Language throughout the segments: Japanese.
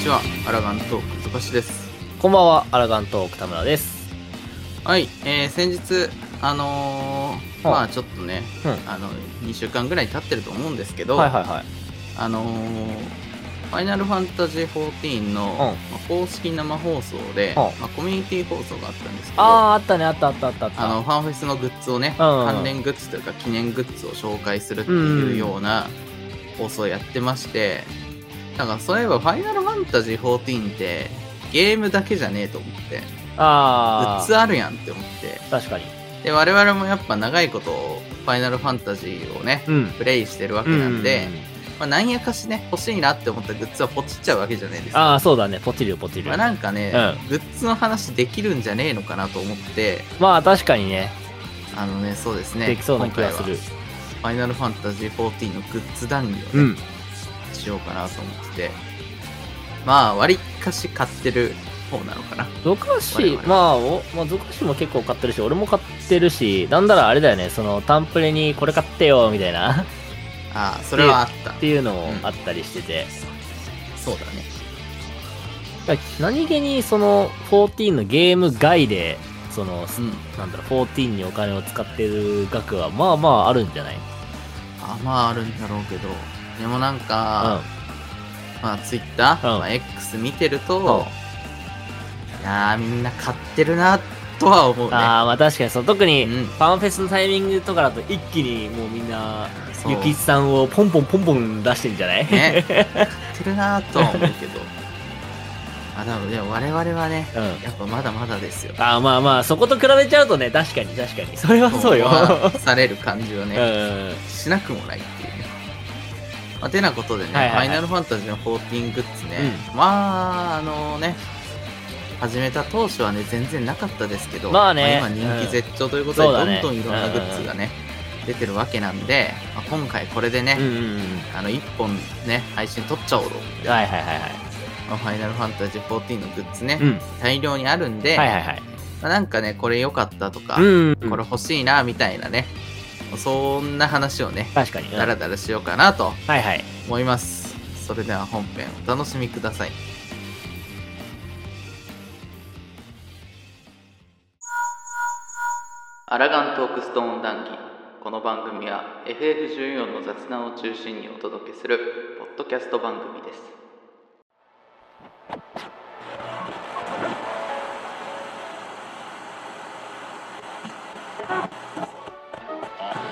ちは、アラガントーク、ずばしです。こんばんは、アラガントーク田村です。はい、えー、先日、あのーはいまあちょっとね、うんあの、2週間ぐらい経ってると思うんですけど、はいはいはい。あのーファイナルファンタジー14の、まあ公式生放送で、うんまあ、コミュニティ放送があったんですけど、ああ、あったね、あったあったあったあった。あのファンフェスのグッズをね、うん関連グッズというか記念グッズを紹介するっていうような放送をやってまして、なんかそういえば「ファイナルファンタジー14」ってゲームだけじゃねえと思ってグあッズあるやんって思ってあ、確かに。で我々もやっぱ長いこと「ファイナルファンタジー」をねうん。プレイしてるわけなんで、まあ、なんやかしね欲しいなって思ったグッズはポチっちゃうわけじゃないですか。ああ、そうだね、ポチるよ、ポチるまよあ、。なんかね、うグッズの話できるんじゃねえのかなと思って、まあ、確かにね、あのね、そうですね、できそうな気が今す回はる。ファイナルファンタジー14のグッズ談義をね、うん。しようかなと思ってて、まあ、割かし買ってる方なのかな。ゾクシ我、々まあ、おまあ、ゾクシも結構買ってるし、俺も買ってるし、なんならあれだよね、その、タンプレにこれ買ってよ、みた いな、っああ、それはあった。ていうのもあったりしてて。そうだね。何気に、その、14のゲーム外で、その、うん。なんだろう、14にお金を使ってる額は、まあまああるんじゃないあまあ、あるんだろうけど、でもなんうんか、。まあ、Twitter、うんまあ、X 見てると、いやー、みんな買ってるな、とは思うね。ああ、まあ確かにそう、特に、うんファンフェスのタイミングとかだと一気にもうみんな、そうゆきちさんをポンポンポンポン出してんじゃない、 ね、買ってるな、とは思うけど。あ、でも、でも我々はね、うん。やっぱまだまだですよ。ああ、まあまあ、そこと比べちゃうとね、確かに確かに。それは そうよ。まあされる感じはうね、ん。うんしなくもないっていうね。まあ、てなことでね、はいはいはいファイナルファンタジーの14グッズね、まあ、あのね、始めた当初はね、全然なかったですけど、まあね今人う気ん絶頂ということで、そうだねどんどんいろんなグッズがね、出てるわけなんで、まあ、今回これでね、うんうんあの、1本ね、配信撮っちゃおうと思って、うん。はいはいはいはい。まあファイナルファンタジー14のグッズね、うん。大量にあるんで、はいはいはい。まあなんかね、これ良かったとか、うん。これ欲しいな、みたいなね、そんな話をね、確かに。うんだらだらしようかなとはいはい。思いますそれでは本編お楽しみくださいアラガントークストーン談義この番組は FF14 の雑談を中心にお届けするポッドキャスト番組です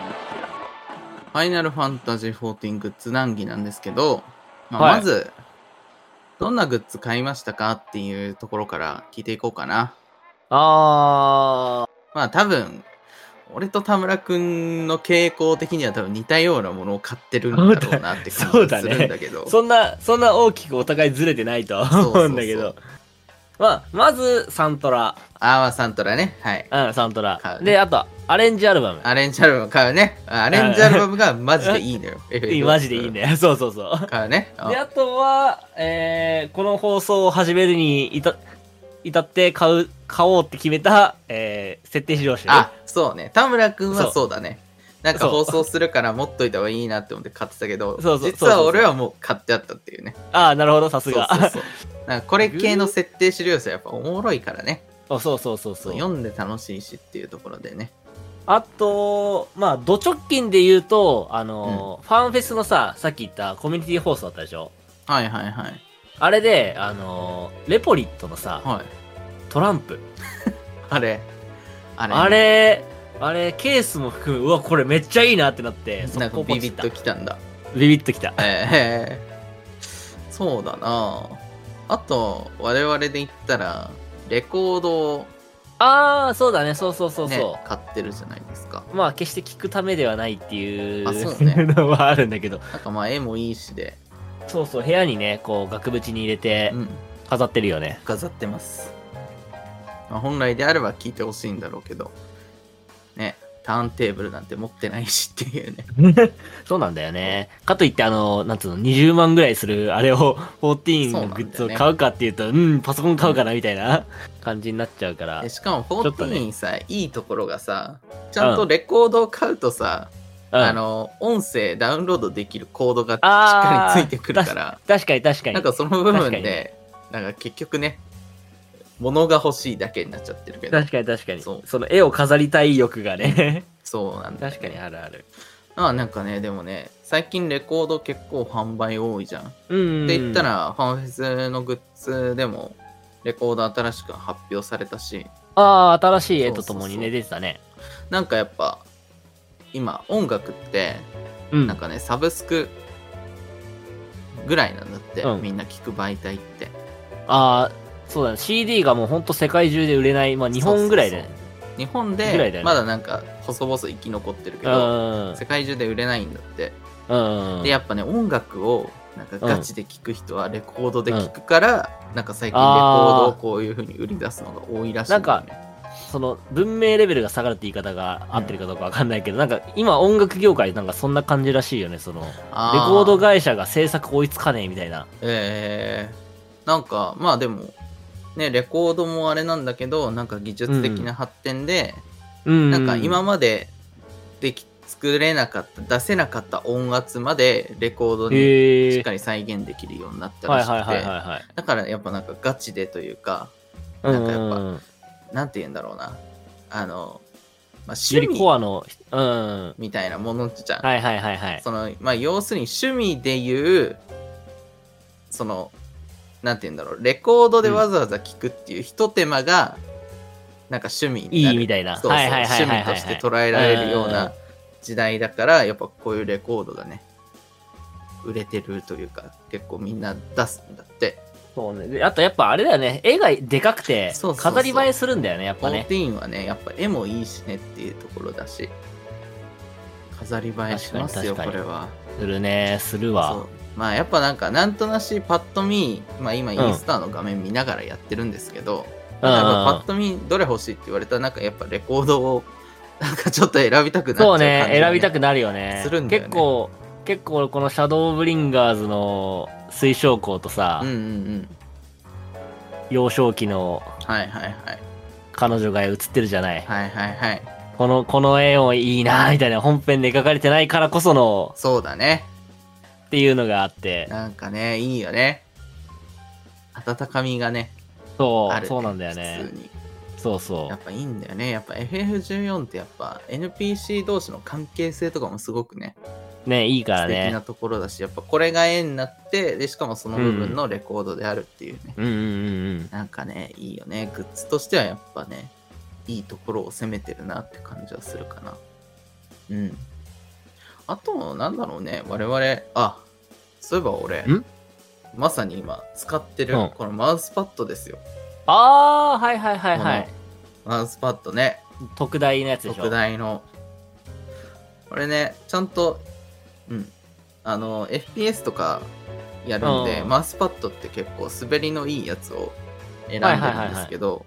ファイナルファンタジー14グッズ談義なんですけど、まあはいまず、どんなグッズ買いましたかっていうところから聞いていこうかな。あまあ多分、俺と田村くんの傾向的には多分似たようなものを買ってるんだろうなってそ感うじだがするんだけど。ー、そんな、そんな大きくお互いずれてないとは思うんだけそうど。まあ、まず、サントラ。あーまあサントラね。はい。うん、サントラ買。うねで、あと、アレンジアルバム。アレンジアルバム買うね。あアレンジアルバムがマジでいいのよ。いいマジでいい。ね。そうそうそう。買うね。うんで、あとは、えー、この放送を始めるに至至って買う、買おうって決めた、えー、設定資料集。あ、そうね。田村くんそはうそうだね。なんかそ放う送するから持っといた方がいいなって思って買ってたけど、そうそう実は俺はもう買ってあったっていうね。あーなるほど、さすそうが。そうそう。なんかこれ系の設定資料さやっぱおもろいからね。あそうそうそうそそうう読んで楽しいしっていうところでね。あと、まあ、ド直近で言うと、あのー、ファンフェスのさ、さっき言ったコミュニティ放送あったでしょはいはいはい。あれで、あのー、レポリットのさ、はい。トランプ。あれ。あれ。あれ、あれ、ケースも含む、うわ、これめっちゃいいなってなって、なん速か攻ビポチビっッたと。きたんだ。ビビッと きた。えー、そうだなあと、我々で言ったら、レコードを、ああ、そうだね、そうそうそうね、そ買ってるじゃないですか。う。まあ、決して聞くためではないっていうあそうね のはあるんだけど、なんかまあ、絵もいいしで、そうそう、部屋にね、こう、額縁に入れてうん、飾ってるよね。飾ってます。まあ、本来であれば聞いてほしいんだろうけど、ね、ターンテーブルなんて持ってないしっていうね。そうなんだよね。かといって、あの、なんつうの、20万ぐらいする、あれを、14のグッズを買うかっていうと、うんパソコン買うかな、みたいな感じになっちゃうからで。しかもちょっとね14さ、いいところがさ、ちゃんとレコードを買うとさ、うんあの、音声ダウンロードできるコードがしっかりついてくるから、確かに確かに。なんかその部分確かにで、なんか結局ね、物が欲しいだけになっちゃってるけど、確かに確かにそそうの絵を飾りたい欲 がねそうなんだよね、確かにあるあるああなんかね、でもね、最近レコード結構販売多いじゃん。っうんて言ったら、ファンフェスのグッズでも、レコード新しく発表されたし、ああ新しい絵とともにそうそうそねう出てたねなんかやっぱ、今、音楽って、うんなんかね、サブスクぐらいなんだって、うんみんな聞く媒体って。ああそうだね CD がもうほんと世界中で売れないまあ日本ぐらいそうでそうそう日本でぐらいだよねまだなんか細々生き残ってるけうどん世界中で売れないんだって、うんでやっぱね音楽をなんかガチで聴く人はレコードで聴くから、なんか最近レコードをこういう風に売り出すのが多いらしいだよね、その文明レベルが下がるって言い方が合ってるかどうかわかんないけど、なんか今音楽業界なんかそんな感じらしいよねそのレあコードが会社が制作追いつかねえみたいなえー、なんかまあでもねレコードもあれなんだけどなんか技術的な発展で、うんなんか今まででき作れなかった出せなかった音圧までレコードにへしっえかり再現できるようになったはらいしはいはいくてはいだからやっぱなんかガチでというかはいなんかやっぱうんうんなんて言うんだろうなあの、まあ、よ趣り味コアのうんみたいなものじゃん、はいはいはいはいそのまあ要するに趣味でいうそのなんて言うんだろうレコードでわざわざ聞くっていうひと手間が、なんか趣味にないるいみたいなそうそうはいはいはい趣はい味はいとして捉えられるよううんな時代だからやっぱこういうレコードがね売れてるというか結構みんな出すんだってそうねであとやっぱあれだよね絵がでかくてそうそうそう飾り映えするんだよねやっフぱォーねティーンはねやっぱ絵もいいしねっていうところだし飾り映えしますよ確かこにれ確はするねするそわうまあやっぱなんかなんとなしパッと見、まあ、今インスタの画面見ながらやってるんですけど、うんなんかやっぱパッと見どれ欲しいって言われたらなんかやっぱレコードをなんかちょっと選びたくなっちゃうそ感うじ、ね、選びたくなるよね。するんだよね結構、結構このシャドーブリンガーズの推奨校とさ、うんうんうん幼少期のはいはいはい彼女が写ってるじゃない。はいはいはいこの、この絵をいいな、み たいな本編で描かれてないからこその、そうだねっていうのがあって、なんかねいいよね温かみがねそあう、るそうなんだよね普通。にそうそやっぱいいんだよねやっぱ FF14 ってやっぱ NPC 同士の関係性とかもすごくねう。ね、いいか素ら敵なね。ところだしやっぱこれが絵になってでしかもその部分のレコードであるっていうね、うんうんうんうん。なんかねいいよねグッズとしてはやっぱねいいところを攻めてるなって感じはするかなうんあとなんだろうね我々あそういえば俺んまさに今使ってるうんこのマウスパッドですよ、あー、はいはいはいはこい。のマウスパッドね特大のやつでしょ。特大の。これね、ちゃんと、うん。あの、FPS とかやるんで、うんマウスパッドって結構滑りのいいやつを選んでるんですけど、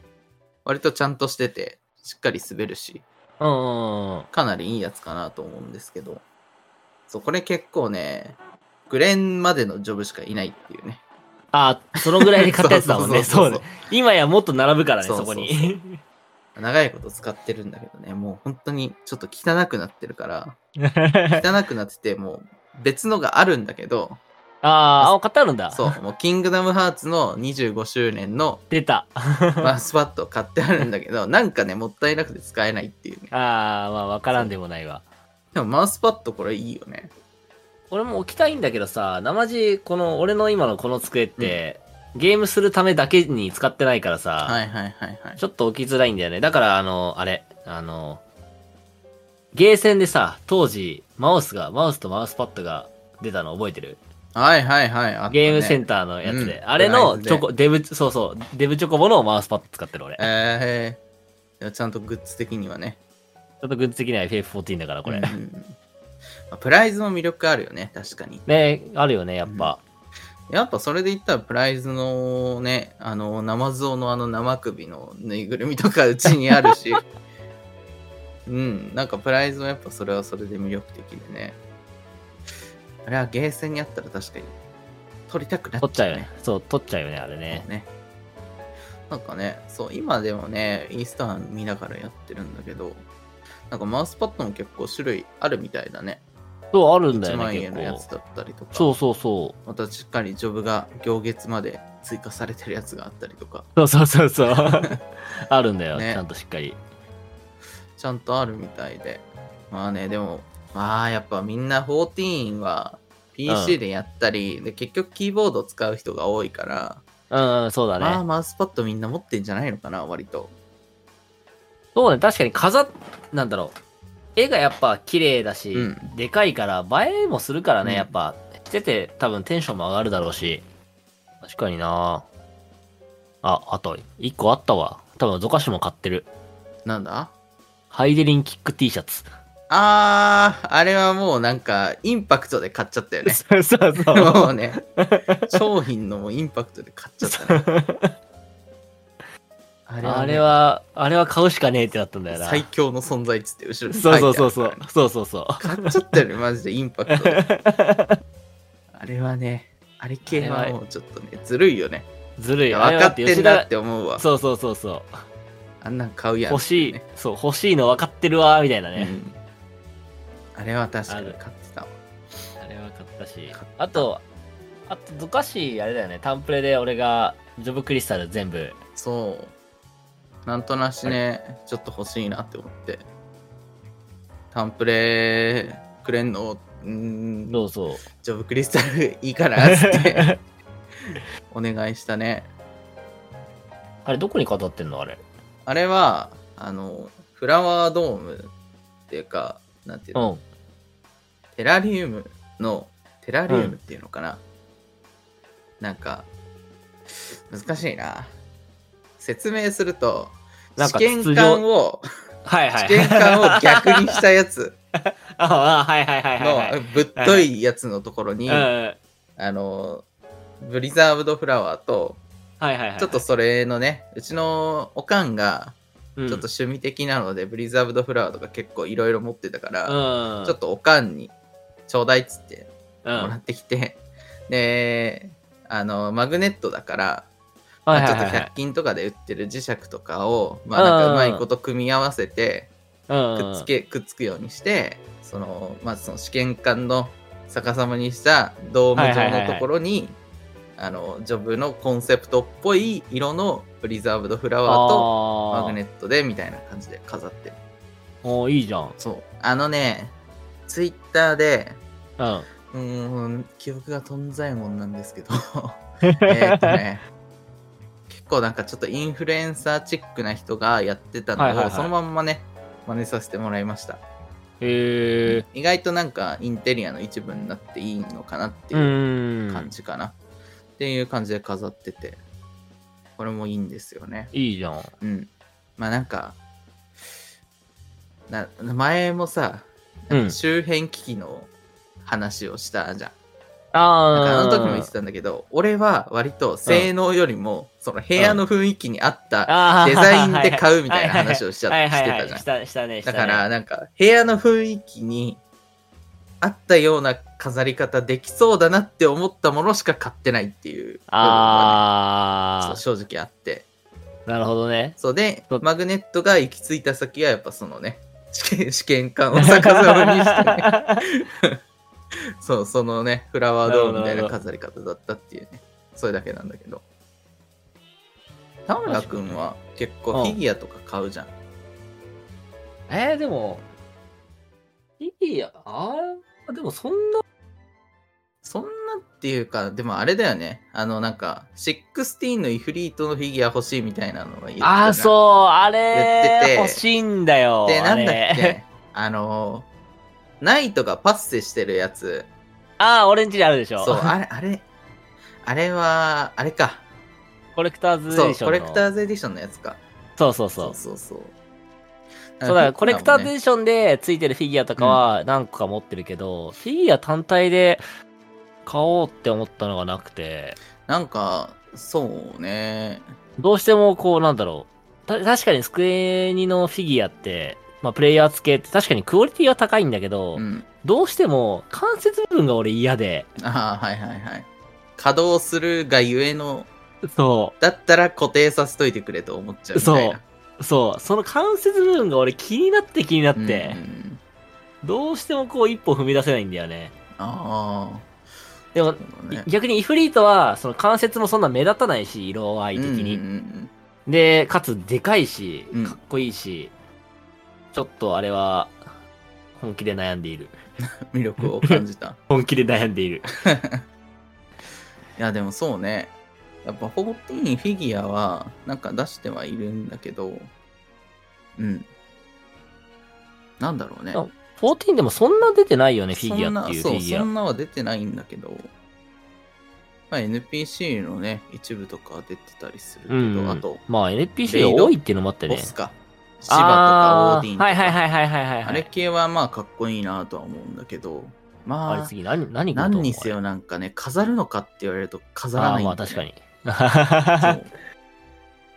割とちゃんとしてて、しっかり滑るし、うんうんうん。かなりいいやつかなと思うんですけど、そう、これ結構ね、グレンまでのジョブしかいないっていうね。あー、そのぐらいで買ったやつだもんね。そそう そううそうそうね。今やもっと並ぶからね、そうそそうそこう に。長いこと使ってるんだけどね、もう本当にちょっと汚くなってるから、汚くなってて、もう別のがあるんだけど、あーあ、買ってあるんだ。そう、もう、キングダムハーツの25周年の出た。 マウスパッドを買ってあるんだけど、なんかね、もったいなくて使えないっていうね。ああ、まあ分からんでもないわ。でも、マウスパッドこれいいよね。俺も置きたいんだけどさ、生地、この、俺の今のこの机って、ゲームするためだけに使ってないからさ、はいはいはいはい。ちょっと置きづらいんだよね。だから、あの、あれ、あの、ゲーセンでさ、当時、マウスが、マウスとマウスパッドが出たの覚えてる、はいはいはい。あったねゲームセンターのやつで。うんあれプライの、ズでチョコ、デブ、そうそう、デブチョコボのマウスパッド使ってる俺。ちえー、でもちゃんとグッズ的にはね。ょっとグッズ的には FF14 だから、これ。うんうんうんまあプライズも魅力あるよね、確かに。ね、あるよね、やっぱ。やっぱそれで言ったら、プライズのね、あの、生像のあの生首のぬいぐるみとかうちにある し、うん、なんかプライズはやっぱそれはそれで魅力的でね。あれはゲーセンにあったら確かに取りたくなっ取っちちゃゃううよねね。。そう、取っちゃうよね、あれねそう。ね。なんかね、そう、今でもね、インスター見ながらやってるんだけど、なんかマウスパッドも結構種類あるみたいだね。そう、あるんだ1よ万ね、円のやつ結構。だったりとか。そうそうそまたしっかりジョブが行月まで追加されてるやつがあったりとか、そうそうそ うそう。あるんだよ、ねちゃんとしっかり。ちゃんとあるみたいで。まあね、でも、まあやっぱみんな14は PC でやったり、で結局キーボード使う人が多いから、うん、うんそうだね。まあマウスパッドみんな持ってんじゃないのかな、割と。そうね、確かに飾っ、なんだろう。絵がやっぱ綺麗だし、うんでかいから映えもするからね、うんやっぱ。してて多分テンションも上がるだろうし。確かになあ、あと、一個あったわ。多分ゾカシも買ってる。なんだハイデリンキック T シャ ツ。あー、あれはもうなんかインパクトで買っちゃったよね。そうそうもそうね、商品のもうインパクトで買っちゃったね。う。 あ あれは、あれは買うしかねえってなったんだよな。最強の存在っつって後ろにそうそうそうそ。書いうそうそうそう。てあるからね買っちゃったよねマジでインパクトで あれはねあれ系はもうちょっとねずるいよねずるい分よ。あれかはってんだっ。て思うわそうそうそうそあんなん買うう。やん欲しい、そう、欲しいの分かってるわ、みたいなね。うんあれは確かに買ってたわあれは買ったし買っ。あと、あと、どかし、あれだよね。タンプレで俺が、ジョブクリスタル全部。そうなんとなしねちょっと欲しいなって思ってタンプレくれんのうーんそうそう。ジョブクリスタルいいからっつって お願いしたねあれ、どこに飾ってんのあれ。あれは、あの、フラワードームっていうか、なんていううの、ん。テラリウムの、テラリウムっていうのかな、なんか、難しいな。説明すると、なん試か験筒管状を、はいは試い。験管を逆にしたやつ ああ、はいはい はいはい、はい。の、ぶっといやつのところに、うん。はいあの、ブリザーブドフラワーと、はいはい。ちょっと、それのね、うちのおかんが、うん、ちょっと趣味的なので、ブリザーブドフラワーとか結構いろいろ持ってたから、うん。ちょっとおかんにちょうだいっつってと、うん。もらってきて、 で、あの、マグネットだから、はいまあはちいょっとはいはい100。均とかで売ってる磁石とかを、まあなんかうまいこと組み合わせて、うんくっつけ、くっつくようにして、その、まずその試験管の逆さまにしたドーム状のところに、あの、ジョブのコンセプトっぽい色のプリザーブドフラワーとあマグネッットでみたいな感じで飾ってる。ト。おーいいじゃん。そう。あのね、ツイッターで、うん。うーん、記憶がとんざいもんなん ですけど、えーっとね、結構なんかちょっとインフルエンサーチックな人がやってたのを、はいはいはいそのまんまね、真似させてもらいました。へえ。意外となんかインテリアの一部になっていいのかなってう。いうん感じかな。っていう感じで飾ってて、これもいいんですよね。いいじゃん。はいうん。まあなんか、な前もさ、うん周辺機器の話をしたじゃん。なんかああーの時も言ってたんだけど、俺は割と性能よりも、その部屋の雰囲気に合ったあーデザインで買うみたいな話をしちゃはいしはいてはいたじゃんし。たしたね。しただねから、なんか、部屋の雰囲気に合ったような飾り方できそうだなって思ったものしか買ってないっていう部分がねあそうあ、正直あって。なるほどね。そうでそう、マグネットが行き着いた先はやっぱそのね、試験試験管を逆さまにしてね、 そう、そのね、フラワードームみたいな飾り方だったっていうね、それだけなんだけど。田村君は結構フィギュアとか買うじゃん。えー、でも、いいや、あーでもそんな、そんなっていうか、でもあれだよね、あのなんか、16のイフリートのフィギュア欲しいみたいなのが言ってたあーうそう、あ言っててれ、欲しいんだよ。で、なんだっあれ け、 あの、ナイトがパッセしてるやつ、あー、オレンジであるでしょ。そう、あれ、あれ、あれは、あれか。コレクターズエデそィう、ションの。コレクターズエディションのやつか。そうそうそそうう。そうそう。そうだからコレクターズエでディションでついてるフィギュアとかは何個か持ってるけど、フィギュア単体で買おうって思ったのがなくて、なんか、そうね。どうしてもこうなんだろう。た確かにスクエニのフィギュアって、まあプレイヤー付けって確かにクオリティは高いんだけど、うん。どうしても関節部分が俺嫌で、ああ、はいはいはい。稼働するがゆえの、そだったら固定させといてくれと思っちゃうみたいな。う、そう、その関節部分が俺気になって気になって、うんうんどうしてもこう一歩踏み出せないんだよね。ああ。でも、そういだね逆にイフリートは、その関節もそんな目立たないし、色合い的に。うんうんで、かつ、でかいしうん、かっこいいし、ちょっとあれは、本気で悩んでいる。うん魅力を感じ た本気で悩んでいる。いやでもそうねやっぱ14フィギュアはなんか出してはいるんだけどうんなんだろうねあ14でもそんな出てないよね、フィギュアっていうフそんなィギそうュそア。んなは出てないんだけど、まあ、NPC のね一部とかは出てたりするけど、うん。あとまあ NPC が多いっていうのもあってボね。スかシバとかあオーディンとかはいはいはいはいはいはい。あれ系はまあかっこいいなとは思うんだけどあれまあ次何、何何にせよ。よなんかね飾るのかって言われると飾らあなあー、いんまだよあね確か に。そう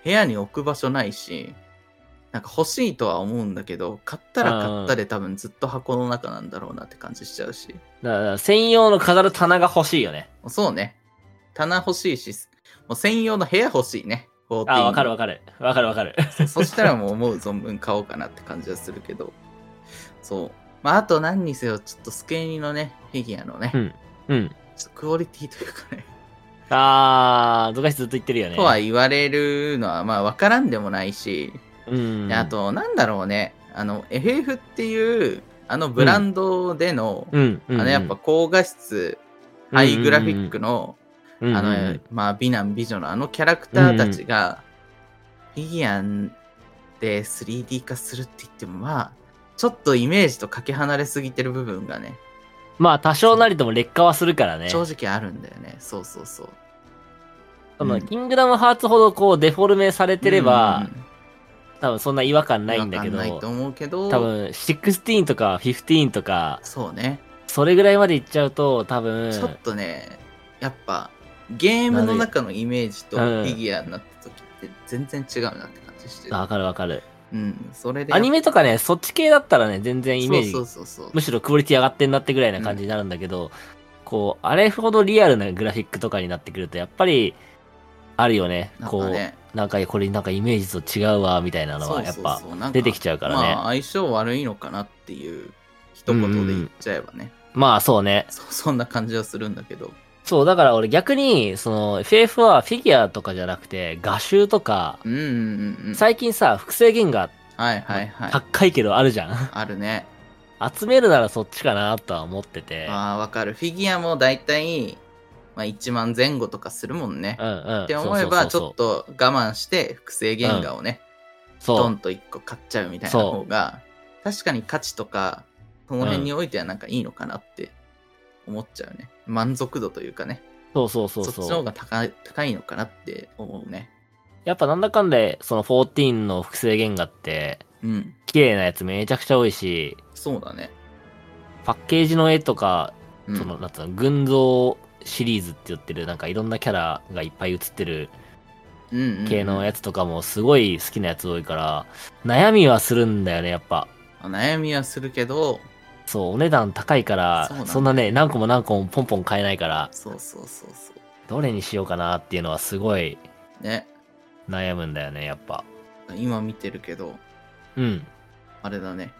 部屋に置く場所ないしなんか欲しいとは思うんだけど買ったら買ったで多分ずっと箱の中なんだろうなって感じしちゃうしだから専用の飾る棚が欲しいよね。そうね棚欲しいしもう専用の部屋欲しいね14ああ、わかるわかる。わかるわかる。そうそしたらもう思う存分買おうかなって感じはするけどそうまああと何にせよちょっとスケーニのねフィギュアのね、うん。うん。ちょっとクオリティというかねああ、昔ずっと言ってるよね。とは言われるのはまあ分からんでもないし、うん。であ、となんだろうねあの FF っていうあのブランドでの、うん。うんあのやっぱ、高画質、ハイグラフィックの、うん、あの、うんまあ美男美女のあのキャラクターたちが、フィギュアで 3D 化するって言ってもまあちょっとイメージとかけ離れすぎてる部分がねまあ、多少なりとも劣化はするからね。正直あるんだよねそうそうそうそうの、んキングダムハーツほどこう、デフォルメされてれば、うん多分そんな違和感ないんだけど、わかないと思うけど多分、16とか15とか、そうね、それぐらいまでいっちゃうと、多分、ちょっとねやっぱゲームの中のイメージとフィギュアになった時って全然違うなって感じしてるあわかるわかる。うんそれでアニメとかね、そっち系だったらね、全然イメージそうそうそうそうむしろクオリティ上がってんなってぐらいな感じになるんだけど、こう、あれほどリアルなグラフィックとかになってくると、やっぱり、あるよね。なんこかう、ねなんかこれなんかイメージと違うわ、みたいなのは、やっぱそうそうそうなん出てきちゃうからね。まあ相性悪いのかなっていう一言で言っちゃえばね、まあそうね。そう そんな感じはするんだけどそう、だから俺逆に、その FF はフィギュアとかじゃなくて、画集とか、うんうんうんうん最近さ、複製原画、はいはいはい高いけどあるじゃん。 あるね集めるならそっちかなとは思ってて。ああわかるフィギュアも大体、まあ、1万前後とかするもんねう、んうん。って思えばちそうょっと我慢して複製原画をね、そうそうドそうンと1個買っちゃうみたいな方が確かに価値とかその辺においてはなんかいいのかなって思っちゃうね満足度というかねそうそうそうそそうっちの方が高い高いのかなって思うねやっぱなんだかんだ、その14の複製原画って、うん綺麗なやつめちゃくちゃ多いし、そうだね、パッケージの絵とか、うんその、なんつうの、群像シリーズって言ってる、なんかいろんなキャラがいっぱい写ってるうんうんうん系のやつとかもすごい好きなやつ多いから、悩みはするんだよね、やっぱ。悩みはするけどそう、お値段高いかそうなんら、だそんなね、何個も何個もポンポン買えないから、そうそうそうそどれにしようかなっていうのはすごいうね悩むんだよね、やっぱ。今見てるけどうん。あれだね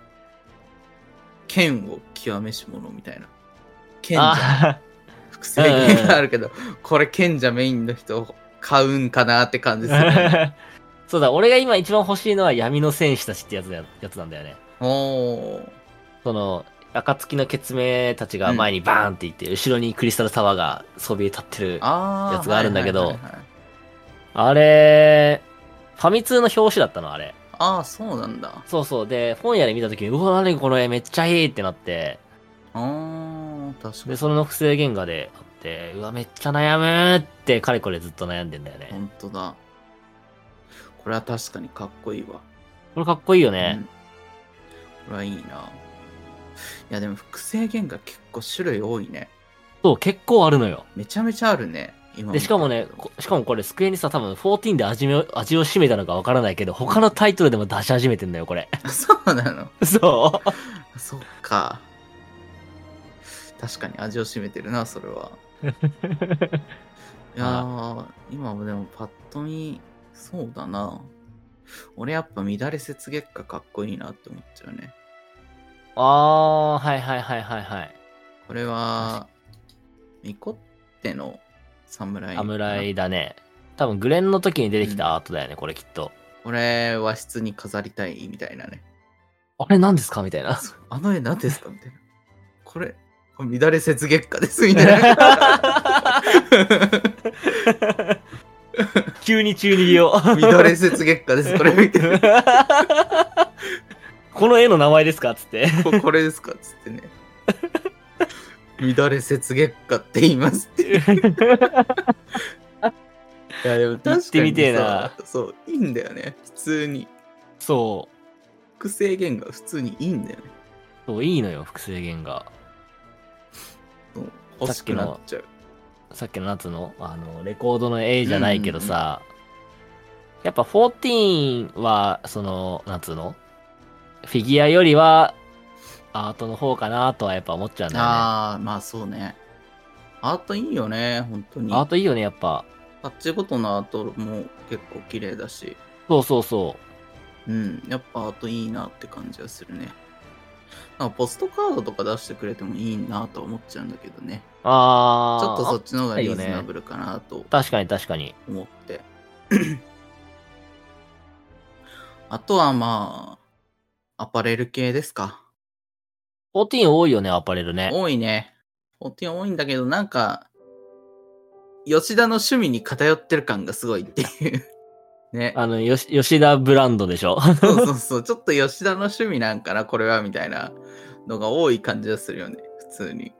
剣を極めし者みたいな剣じゃんあ複製剣があるけど、これ賢者メインの人買うんかなって感じする、 ね、そうだ、俺が今一番欲しいのは闇の戦士たちってやつだよやつなんだよね。おーその、暁の血明たちが前にバーンっていって、後ろにクリスタルタワーがそびえ立ってる。ああーやつがあるんだけどはいはいはいはいれ、ファミ通の表紙だったの、あれ。ああそうなんだそうそう。で、本屋で見た時に、うわ、何この絵めっちゃいいってなって、あー確かで、にその複製原画であって、うわ、めっちゃ悩むーって、かれこれずっと悩んでんだよね。本当だこれは確かにかっこいいわこれかっこいいよね。うん、これはいいないやでも複製原画結構種類多いねそう、結構あるのよ。めちゃめちゃあるね今で、しかもね、こしかもこれ、机にさ、多分、14で味を、味を占めたのかわからないけど、他のタイトルでも出し始めてんだよ、これ。見た そうなの そ そっか確かに味を占めてるなそれはいやー今もでもパッと見そうだな俺やっぱ乱れ雪月花かっこいいなって思っちゃうねう。あー、はいはいはいはいはい。これはミコての侍。侍だね。多分グレンの時に出てきたアートだよね、これきっと。俺、和室に飾りたいみたいなね。あれ何ですかみたい な。そうあの絵何ですかみたいな。これ、これ乱れ雪月花ですみたいな。急に中二病。乱れ雪月花です、これ見てる。 この絵の名前ですかつって。ここれですかつってね。乱れ雪月花って言いますって。いや、でも確かに行ってみてえなさそう、いいんだよね。普通に。そ複製弦が普通にいいんだよね。う。そう、いいのよ、複製弦が。そう欲しくなっちゃう。さっきの夏の、あの、レコードの絵じゃないけどさ、やっぱ14は、その、夏の、フィギュアよりは、アートの方かなとはやっぱ思っちゃうんだよね。ああ、まあそうね。アートいいよね、本当に。アートいいよね、やっぱ。タッチごとのアートも結構綺麗だし、そうそうそうん、やっぱアートいいなって感じはするね。なんかポストカードとか出してくれてもいいなとは思っちゃうんだけどね。う。あちあ。ょっとそっちの方があリーズナブルかなと確かに確かに。思って。 あとはまあ、アパレル系ですか。 14多いよね、アパレルね。多いね。14多いんだけど、なんか、吉田の趣味に偏ってる感がすごいって いう。ね。あの、よし吉田ブランドでしょ。 そうそうそう、ちょっと吉田の趣味なんかな、これは、みたいなのが多い感じがするよね、普通に。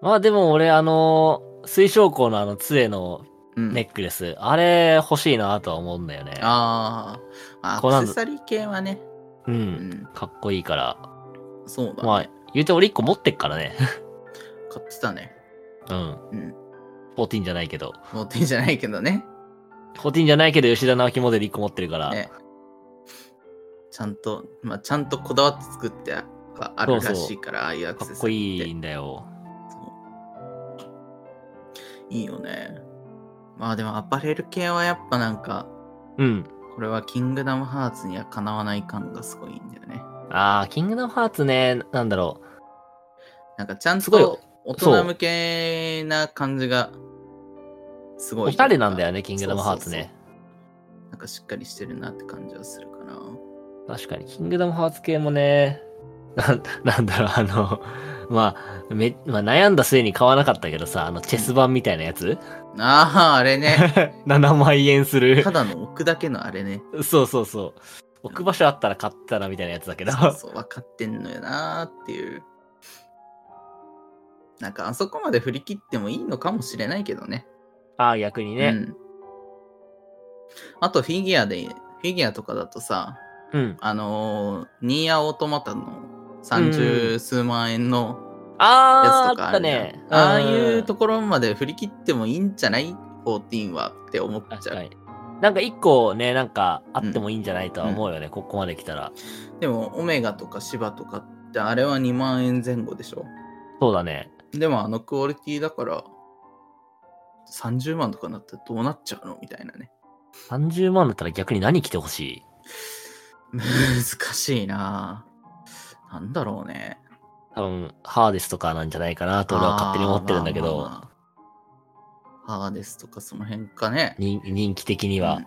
まあでも俺、あの、水晶校のあの杖のうん、ネックレス、あれ欲しいなとは思うんだよね。あーあ、こうなアんクだセサリー系はね、う。うんん、かっこいいから。そうだ、ねまあ、言うて俺1個持ってっからね。 買ってたね。うん。うん。 14じゃないけど。持ってんじゃないけどね。 14じゃないけど、吉田直樹モデル1個持ってるから。ねちゃんと、まあ、ちゃんとこだわって作ってああるらしいから、ああいうアクかセっサこリーって。いいんだよ。そういいよね。まあでもアパレル系はやっぱなんか、うん。これはキングダムハーツにはかなわない感がすごいんだよね。あー、キングダムハーツね、なんだろう。なんかちゃんすごいと大人向けな感じがすごい。おしゃれなんだよね、キングダムハーそツうねそ。なんかしっかりしてるなって感じはするかな。確かに、キングダムハーツ系もね、なんなんだろう、あの、 まあ、めまあ、悩んだ末に買わなかったけどさ、あの、チェス盤みたいなやつ、ああ、あれ ね。 7万円 するた。だの置くだけのあれね。そうそうそう。置く場所あったら買ったらみたいなやつだけど。そうそう、分かってんのよなーっていう。なんかあそこまで振り切ってもいいのかもしれないけどね。 ああ、逆にうね。ん。あとフィギュアで、フィギュアとかだとさ、うん。あのーニーアオートマタの三十数万円の、やつああ、とかああるったじゃんね。ああいうとこころまで振り切ってもいいんじゃない ?14 はって思っち確ゃかう。に。なんか一個ね、なんかあってもいいんじゃないとは思うよね、ここまで来たら。でも、オメガとかシバとかってあれは2万円前後でしょそうだね。でもあのクオリティだから、30万とかなったらどうなっちゃうのみたいなね。 30万だったら逆に何着てほしい難しいなぁなんだろうね。多分、ハーデスとかなんじゃないかなと俺は勝手に思ってるんだけあーど、まあまあまあハーデスとかその辺かね。人人気的にうはん。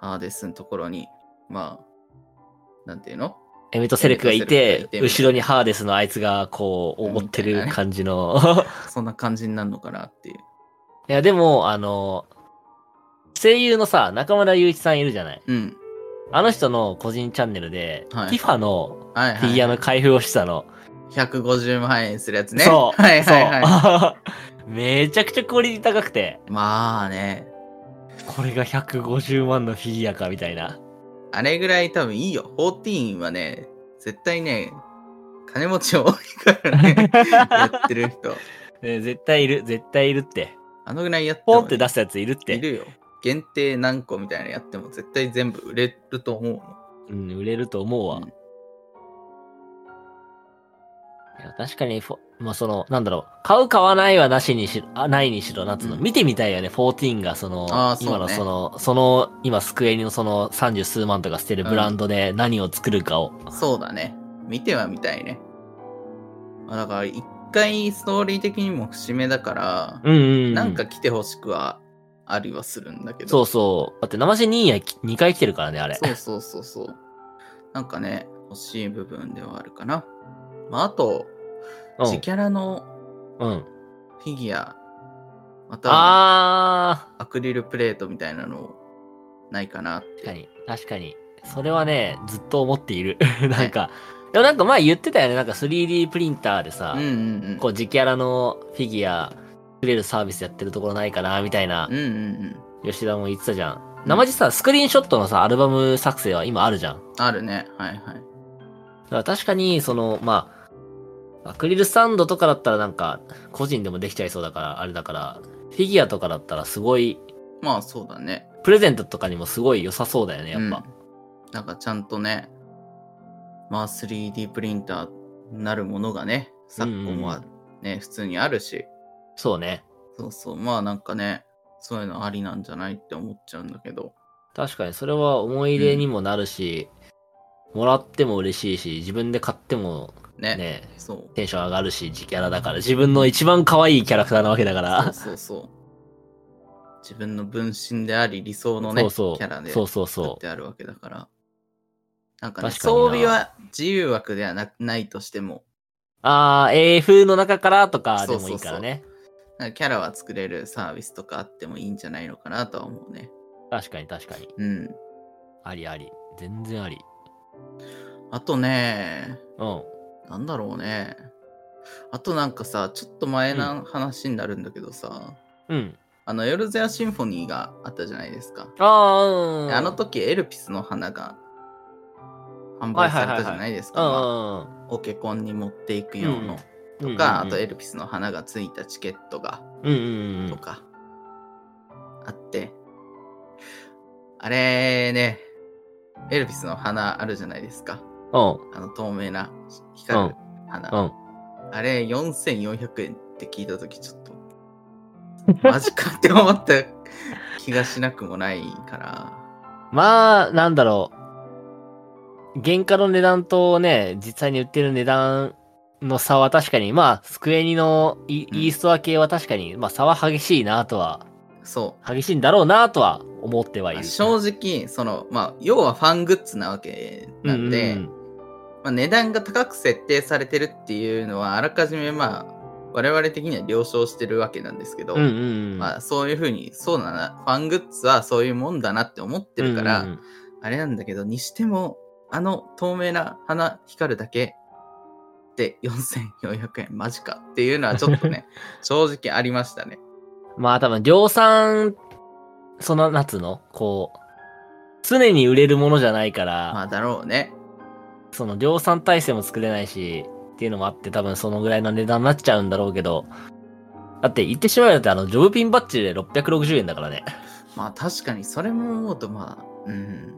ハーデスのところに、まあ、なんていうのエメトセレクがいエメてトセレクがいて、後ろにハーデスのあいつがこう、うん思ってる感じの。 そんな感じになるのかなっていう。いや、でも、あの、声優のさ、中村雄一さんいるじゃないうん。あの人の個人チャンネルで、はいティファのはい、フィギュはアのい。開封をしてたの。 150万円するやつね。そう。 はいはいはそう。 めちゃくちゃクオリティ高くて、い。まあね。これが150万のフィギュアかみたいな。。あれぐらい多分いいよ。14はね、絶対ね、金持ち多いから ねやってる人。ね絶対いる、絶対いるって。あのぐらいやってポも、ンって出すやついるって。いるよ。限定何個みたいなのやっても絶対全部売れると思うの。うん、売れると思うわ。うんいや確かにフォ、まあ、その、なんだろう、買う買わないはなしにしろ、あないにしろ、なんつうの、うん見てみたいよね、14が、その、あーそうね今のその、その、今、スクエニのその、三十数万とか捨てるブランドで何を作るかを。そうだね。見てはみたいね。あだから、い回ストーリー的にも節目だから、うんうん。なんか、来てほしくはありはするんだけど。そうそう。だって生しニーヤ2回来てるからね、あれ。そうそうそうそう。なんかね、欲しい部分ではあるかな。まあ、あと、地キャラのうん。うん。フィギュア、またはあアクリルプレートみたいなのないかなっー。確かて。に。確かに。それはね、ずっと思っている。 なんか、でもなんか前言ってたよね。なんか 3D プリンターでさ、うんうんうん。こう、自キャラのフィギュア作れるサービスやってるところないかな、みたいなうん、うんうん。吉田も言ってたじゃん。ん生地さ、スクリーンショットのさ、アルバム作成は今あるじゃん。あるね。はいはい。だから確かに、その、まあ、アクリルスタンドとかだったらなんか、個人でもできちゃいそうだから、あれだから、フィギュアとかだったらすごい、まあそうだね。プレゼントとかにもすごい良さそうだよね、やっぱ。うんなんかちゃんとね、まあ 3D プリンターなるものがね、昨今はね、普通にあるし、そうね。そうそう、まあなんかね、そういうのありなんじゃないって思っちゃうんだけど。確かに、それは思い出にもなるし、もらっても嬉しいし、自分で買ってもね。ね、そう。テンション上がるし、自キャラだから、自分の一番可愛いキャラクターなわけだから。そうそうそう。自分の分身であり、理想のね、そうそうキャラでそうそう作っそてあるわけだから。なんかね、確かにな装備は自由枠ではなないとしても、う。ああ、英風の中からとかでそもういそいうそうからね。なんかキャラは作れるサービスとかあってもいいんじゃないのかなとは思うね。確かに確かに。うん。ありあり。全然あり。あとね、うん。なんだろうね。あとなんかさ、ちょっと前の話になるんだけどさ、うん。あの、ヨルゼアシンフォニーがあったじゃないですか。ああ、うん。あの時、エルピスの花が販売されたじゃないですか。まあうオケコンに持っていく用のんうんうん。とか、あとエえ、ルピスの花がついたチケットがうんうんうとん。かあって、あれね、エルピスの花あるじゃないですか。うん。あの透明な光る花。うん。あれ4400円って聞いたときちょっと、マジかって思った気がしなくもないから。まあ、なんだろう。原価の値段とね、実際に売ってる値段の差は確かに、まあ、スクエニのイ,、うんイーストア系は確かに、まあ、差は激しいなとは、そう。激しいんだろうなとは思ってはいる。正直、その、まあ、要はファングッズなわけなんで、うまあ、値段が高く設定されてるっていうのはあらかじめまあ我々的には了承してるわけなんですけど、うんうんうん。まあ、そういうふうにそうだなファングッズはそういうもんだなって思ってるから、うんうんうんあれなんだけどにしてもあの透明な花光るだけで4400円マジかっていうのはちょっと ね正直ありましたね。まあ多分量産、その夏の、こう、常に売れるものじゃないから、まあだろうね。その量産体制も作れないし、っていうのもあって多分そのぐらいの値段になっちゃうんだろうけど、だって言ってしまえばだってあの、ジョブピンバッジで660円だからね。まあ確かにそれも思うとまあうん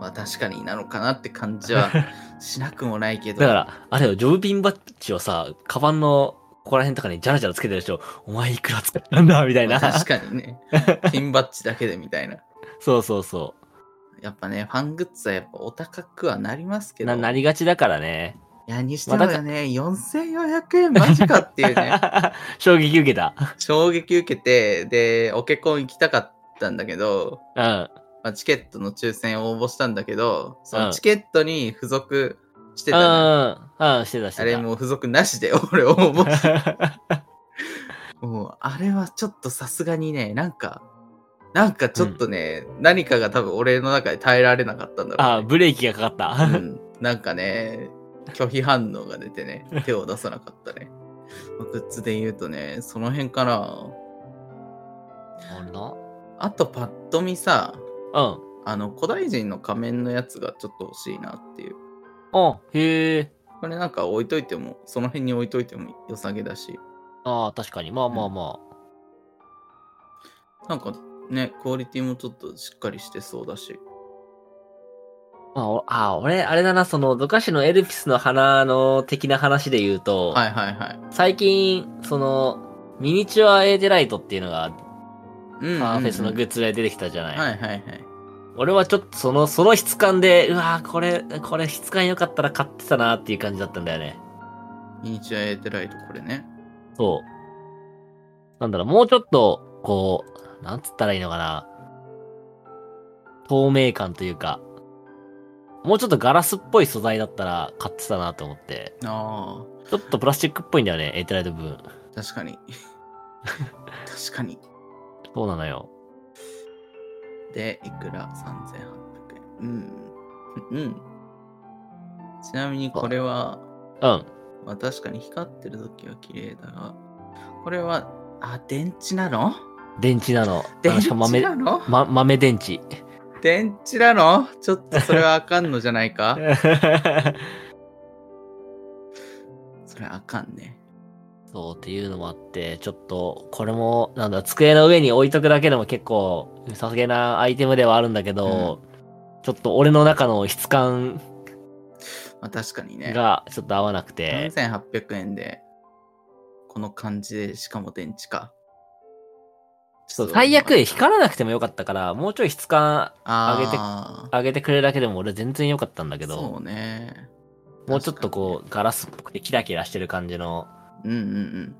まあ確かになのかなって感じ はしなくもないけど。だから、あれよ、ジョブピンバッジをさ、カバンのここら辺とかにジャラジャラつけてる人、お前いくら使ったんだみたいまなあ。確かに ね。ピンバッジだけでみたいな。そうそうそやっぱね、ファングッズはやっぱお高くはなりますう。けど。な、なりがちだからね。いや、にしてもまあだだね、4400円マジかっていうね、 衝撃受けた。衝撃受けて、で、オケコン行きたかったんだけど、うん。まあ、チケットの抽選応募したんだけど、そうのんチケットに付属してうたの、ん。うん、してたしてた。あれもう付属なしで 俺応募しもう、あれはちょっとさすがにね、なんか、なんかちょっとね、何かが多分俺の中で耐えられなかったんだろう、ね。 あ、ブレーキがかかった。うんなんかね、拒否反応が出て ね、手を出さなかったね。まあグッズで言うとね、その辺かな。あとパッと見さ、 うん。あの、古代人の仮面のやつがちょっと欲しいなっていう。あ、へえ。これなんか置いといても、その辺に置いといても良さげだし、ああ、確かに。まあまあまなんかね、クオリティもちょっとしっかりしてそうだし。あ。まあお、あー、俺、あれだな、その、ドカシのエルピスの花の的な話で言うと、はいはいはい。最近、その、ミニチュアエーデライトっていうのが、うんパーフェスのグッッズで出てきたじゃない。はいはいはい。俺はちょっとその、その質感で、うわーこれ、これ質感良かったら買ってたなっていう感じだったんだよね。ミニチュアエーテライト、これね。そう。なんだろう、もうちょっと、こう、なんつったらいいのかな。透明感というか、もうちょっとガラスっぽい素材だったら買ってたなと思って。あちょっとプラスチックっぽいんだよね、エーテライト部分。あ、確かに。確かに。そうなのよ。で、いくら ?3800 円。うん。うん。ちなみにこれは、うん。まあ確かに光ってる時は綺麗だが、これは、あ、電池なの電池なの。電あし池かも豆な、のま、豆電 池。電池なのちょっとそれはあかんのじゃないか それあかんね。そうっていうのもあって、ちょっと、これも、なんだ、机の上に置いとくだけでも結構、さすげなアイテムではあるんだけど、ちょっと俺の中の質感まあ確かにね。がちょっと合わなくて、 4800円で、この感じで、しかも電池か。そう最悪位光らなくてもよかったから、もうちょい質感あ上げてくれるだけでも俺全然よかったんだげけど、そうね。もうちょっとこう、ガラスっぽくてキラキラしてる感じの、うんうんうん。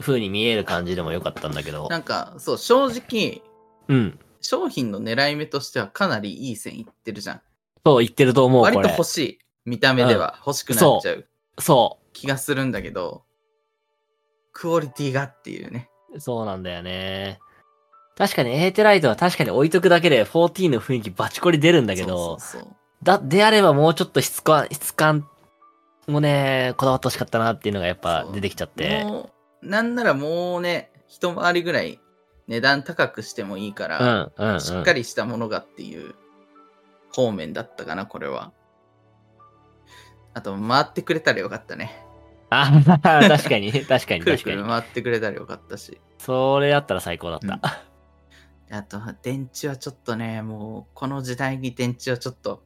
風に見える感じでもよかったんだけど、なんか、そう、正直、うん。商品の狙い目としてはかなりいい線いってるじゃん。そう言ってると思う、割ことれ欲。しい。見た目では欲しくなっちゃうそ気がするんだけど、クオリティがっていうね。う。そうなんだよね。確かにエーテライトは確かに置いとくだけで14の雰囲気バチコリ出るんだけど、そうそうそうだ、であればもうちょっと質感、質感もね、こだわってほしかったなっていうのがやっぱそう出てきちゃって。もう、なんならもうね、一回りぐらい値段高くしてもいいかうら、ん、うん、うん。しっかりしたものがっていう方面だったかな、これは。あと、回ってくれたらよかったね。あ、確 かに、確かに、くるく確かるに。回ってくれたらよかったし。それだったら最高だった。あと、電池はちょっとね、もう、この時代に電池はちょっと、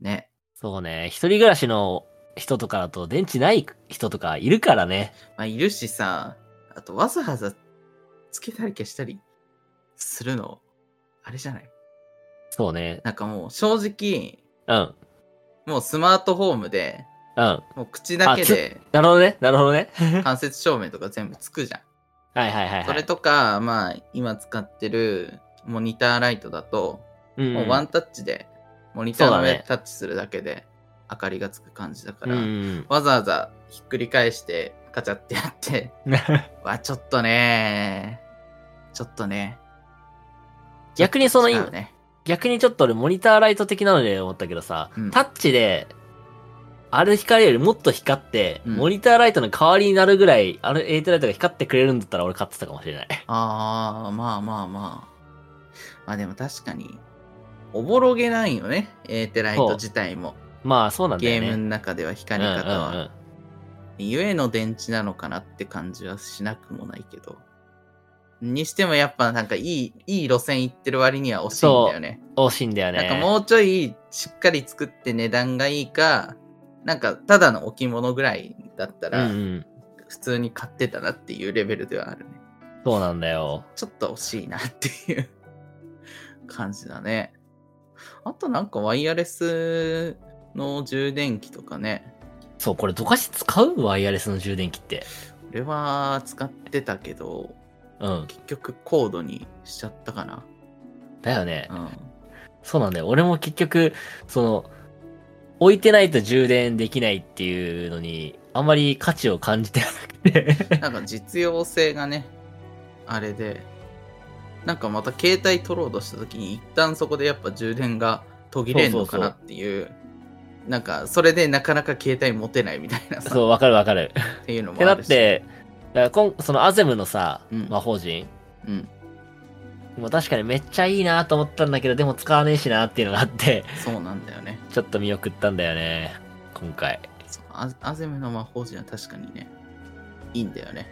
ね、そうね、一人暮らしの人とかだと電池ない人とかいるからね。まあ、いるしさ、あと、わざわざつけたり消したりするの、あれじゃないそうね。なんかもう、正直、うん、もうスマートフォームで、うん。もう口だけでなるほどね、なるほどね。間接照明とか全部つくじゃん。はいはいはい、はい。それとか、まあ、今使ってるモニターライトだと、うん、もうワンタッチで、モニターのそうだ上ねタッチするだけで、明かりがつく感じだかうんら、うんわざわざひっくり返して、カチャってやって、うん。わ、ちょっとねちょっとね逆にその違うね。逆にちょっと俺モニターライト的なので思ったけどさ、うんタッチで、ある光よりもっと光って、うんモニターライトの代わりになるぐらい、あるエイトライトが光ってくれるんだったら俺買ってたかもしれない。 ああ、まあまあまあ。まあでも確かに、おぼろげないよね。エーテライそトう自体も。まあそうなんだゲよね。ームの中では光り方は。ゆえの電池なのかなって感じはしなくもないけど。にしてもやっぱなんかいい、いい路線行ってる割には惜しいんだよね。うんうん。惜しいんだよね。なんかもうちょいしっかり作って値段がいいか、なんかただの置物ぐらいだったうんら、うん。普通に買ってたなっていうレベルではあるね。そうなんだよ。ちょっと惜しいなっていう感じだね。あとなんかワイヤレスの充電器とかね、そう、これどかし使うワイヤレスの充電器って。俺は使ってたけど、うん。結局コードにしちゃったかな。だよねう。ん。そうなんだよ。俺も結局、その、置いてないと充電できないっていうのに、あんまり価値を感じてなく て。なんか実用性がね、あれで、なんかまた携帯取ろうとした時に一旦そこでやっぱ充電が途切れんのかなっていう、なんかそれでなかなか携帯持てないみたいなさ、そう、わかるわかる。っていうのっもてなあっるし。て、だからこんそのアゼムのさ、うん魔法陣、うん、もう確かにめっちゃいいなと思ったんだけど、でも使わねえしなっていうのがあって、そうなんだよね。ちょっと見送ったんだよね、今回。そうアアゼムの魔法陣は確かにね、いいんだよね。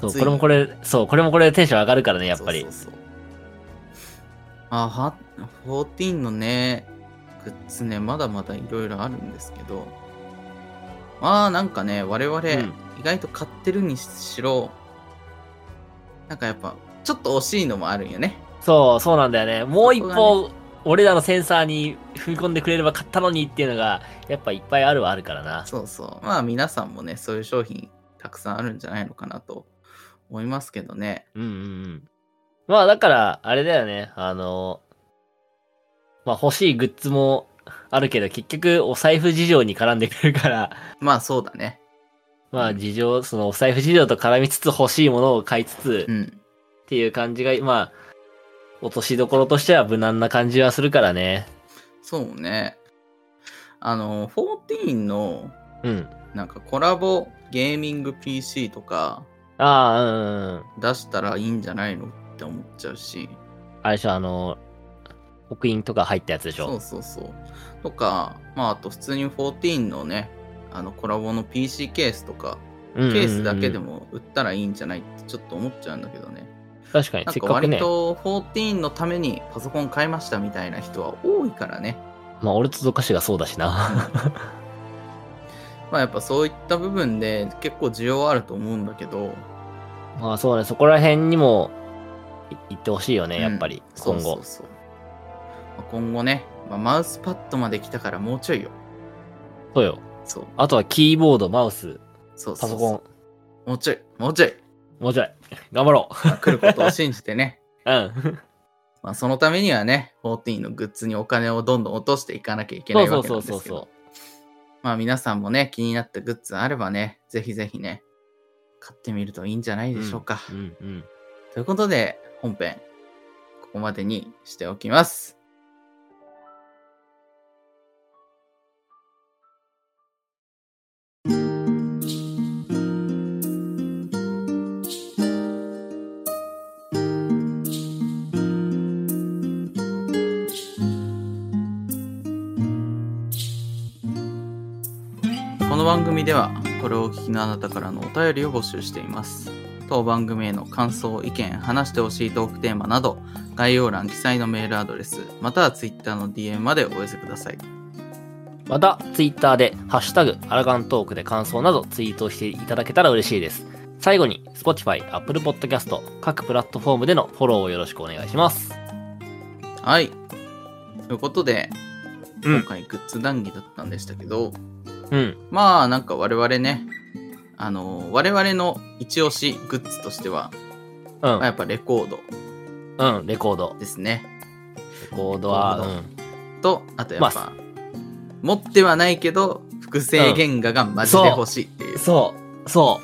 そう、熱いこれもこれ、そう、これもこれでテンション上がるからね、やっぱり。そうそうそうあは14のねグッズねまだまだいろいろあるんですけどまあなんかね我々ん意外と買ってるにしろ、なんかやっぱちょっと惜しいのもあるんよねそう、そうなんだよね。もう一そこ歩、俺らのセンサーに踏み込んでくれれば買ったのにっていうのが、やっぱいっぱいあるはあるからな。そうそう。まあ皆さんもね、そういう商品たくさんあるんじゃないのかなと思いますけどね。うんうんうん。まあだから、あれだよね。あの、まあ欲しいグッズもあるけど、結局お財布事情に絡んでく るから、まあそうだね。まあ事情、そのお財布事情と絡みつつ欲しいものを買いつつう、ん。っていう感じが、まあ、落としどころとしては無難な感じはするからね。そうね。あの、14のうん。なんかコラボゲーミング PC とかああ、うんうんうん。出したらいいんじゃないのって思っちゃうし。あれでしょ、あの、刻印とか入ったやつでしそうょ。そうそう。とか、まああと普通に14のね、あのコラボの PC ケースとか、うんうんうんケースだけで。も売ったらいいんじゃないってちょっと思っちゃうんだけどね。確かに、なんせっかかく割ね。と14のためにパソコン買いましたみたいな人は多いからね。まあ、俺とゾカシがそうだしな。まあやっぱそういった部分で結構需要あると思うんだけど、まあ、そうね、そこら辺にもい行ってほしいよね、やっぱり、そう今そう後。そうまあ今後ね、まあ、マウスパッドまで来たからもうちょいよ。そうよ。そうあとはキーボード、マウス、そうそパうそソうコン。もうちょい、もうちょい。もうちょい。頑張ろう。まあ来ることを信じてね。 うん。まあそのためにはね、14のグッズにお金をどんどん落としていかなきゃいけなそういそわけなんうそうでそうすけそどう。。まあ皆さんもね、気になったグッズあればね、ぜひぜひね、買ってみるといいんじゃないでしょうか。うんうん。ということで、本編、ここまでにしておきます。この番組では、これをお聞きのあなたからのお便りを募集しています。当番組への感想意見話してほしいトークテーマなど概要欄記載のメールアドレスまたは Twitter の DM までお寄せくださいまた、ツイッターで、ハッシュタグ、アラガントークで感想などツイートしていただけたら嬉しいです。最後に、Spotify、Apple Podcast、各プラットフォームでのフォローをよろしくお願いします。はいということでうん今回グッズ談義だったんでしたけど、うん。まあなんか我々ねあの我々の一押しグッズとしては、うまあ、やっぱレコードん。うん。レコード。ですねレコードは、レコうーん。とあとやっまぱ持ってはないけど複製原画がマジで欲しいっていう,、そう、そ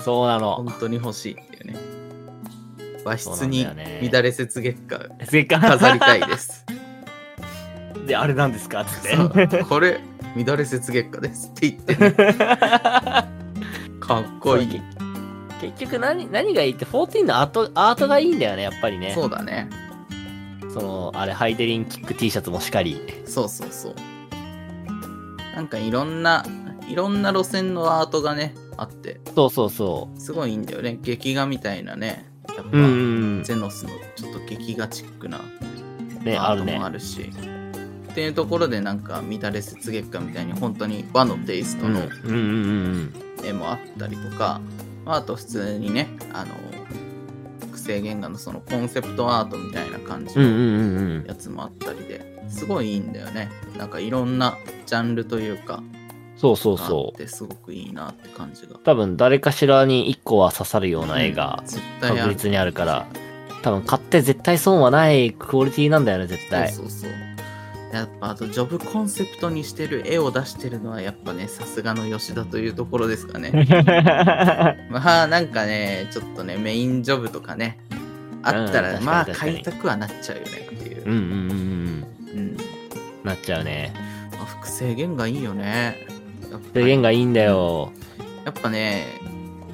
う。 そうな の。本当に欲しいっていうね和そうな室んだによね乱れ雪月花せっか飾りたいです で、あれなんですかつって。そうこれ乱れ雪月花ですって言ってね、かっこいい結局何、何がいいって、14のアート、アートがいいんだよね、やっぱりね。そうだねその、あれ、ハイデリンキック T シャツもしかり。そうそうそうなんかいろんないろんな路線のアートがねあってそうそうそすごいいいんだよね劇画みたいなねやっぱ、う。うんうんゼノスのちょっと劇画チックなうん。ね、アーあるトねも。あるし、っていうところでなんか乱れ雪月花みたいに本当に和のテイストうんうの、んうん絵もあったりとか、まあ、あと普通にねあの複製原画のそのコンセプトアートみたいな感じうんうんのうんうんやつもあったりですごいいいんだよねなんかいろんなジャンルというかそうそうあそっうてすごくいいなって感じが多分誰かしらに1個は刺さるような絵が絶対あ確る実にあるから多分買って絶対損はないクオリティなんだよね絶 対そうそうそうやっぱあとジョブコンセプトにしてる絵を出してるのはやっぱねさすがの吉田というところですかねまあなんかねちょっとねメインジョブとかねあったうん確らかにまあ確かに買いたくはなっちゃうよねっていううんうんうんううんん、なっちゃうねあ複制原画いいよねやっぱ制り限がいいんだよやっぱね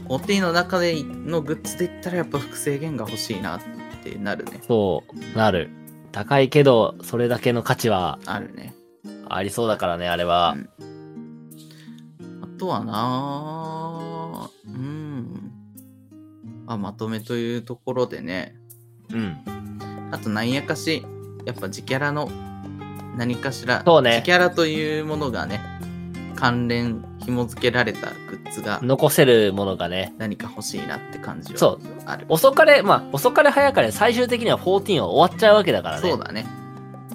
お手の中でのグッズで言ったらやっぱ複製原画欲しいなってなるねそうなる高いけどそれだけの価値はあるねありそうだからねあれはうんあとはなあうんまあまとめというところでねうんあとなんやかしやっぱ自キャラの何かしらそうね自キャラというものがね関連紐付けられたグッズが残せるものがね、何か欲しいなって感じはそある。遅かれ、まあ、遅かれ早かれ最終的には14は終わっちゃうわけだからね。そうだね。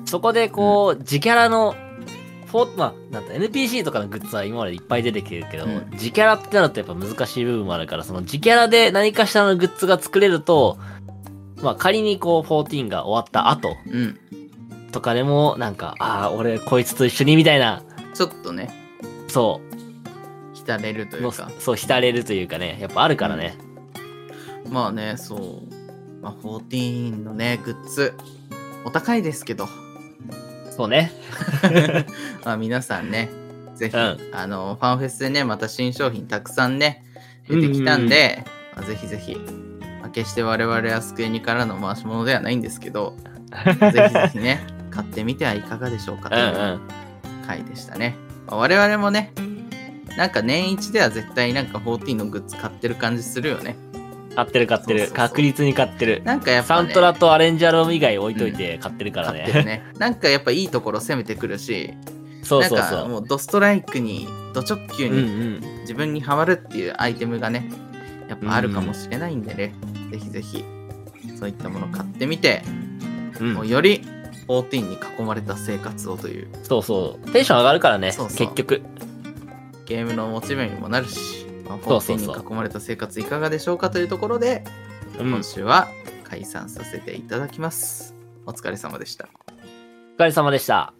そこでこう、自キャラの、フォーまあ、なんだ NPC とかのグッズは今までいっぱい出てきてるけど、うん自キャラってなるとやっぱ難しい部分もあるから、その自キャラで何かしらのグッズが作れると、まあ仮にこう14が終わった後うん。とかでもなんか、ああ、俺こいつと一緒にみたいな、ちょっとね、そ浸れるとう、いのうか。そう浸れるというかね、やっぱあるからね。まあね、そう。まあ、14のね、グッズ、お高いですけど、そうね。まあ、皆さんね、ぜひ、うんあの、ファンフェスでね、また新商品たくさんね、出てきたんで、まあ、ぜひぜひ、まあ、決して我々はスクエニからの回し物ではないんですけ ど、ぜひぜひね、買ってみてはいかがでしょうかとうんう。いうん回でしたね。まあ我々もね、なんか年一では絶対なんか14のグッズ買ってる感じするよね。買ってる買ってる。そうそうそう確実に買ってる。なんかやっサぱ、ンね、トラとアレンジャローム以外置いといて買ってるから買ってるね。ね。なんかやっぱいいところ攻めてくるし、 そうそうなんそかう。もうドストライクに、ド直球うんにうん。自分にハマるっていうアイテムがねやっぱあるかもしれないんでね、ぜひぜひそういったもの買ってみて、うんもうより14に囲まれた生活をというそうそう。テンション上がるからね、そうそう結局。ゲームのモチベにもなるし、まあ、そうそうそう14に囲まれた生活いかがでしょうかというところでうん。お今週は解散させていただきます、お疲れ様でした疲れ様でした。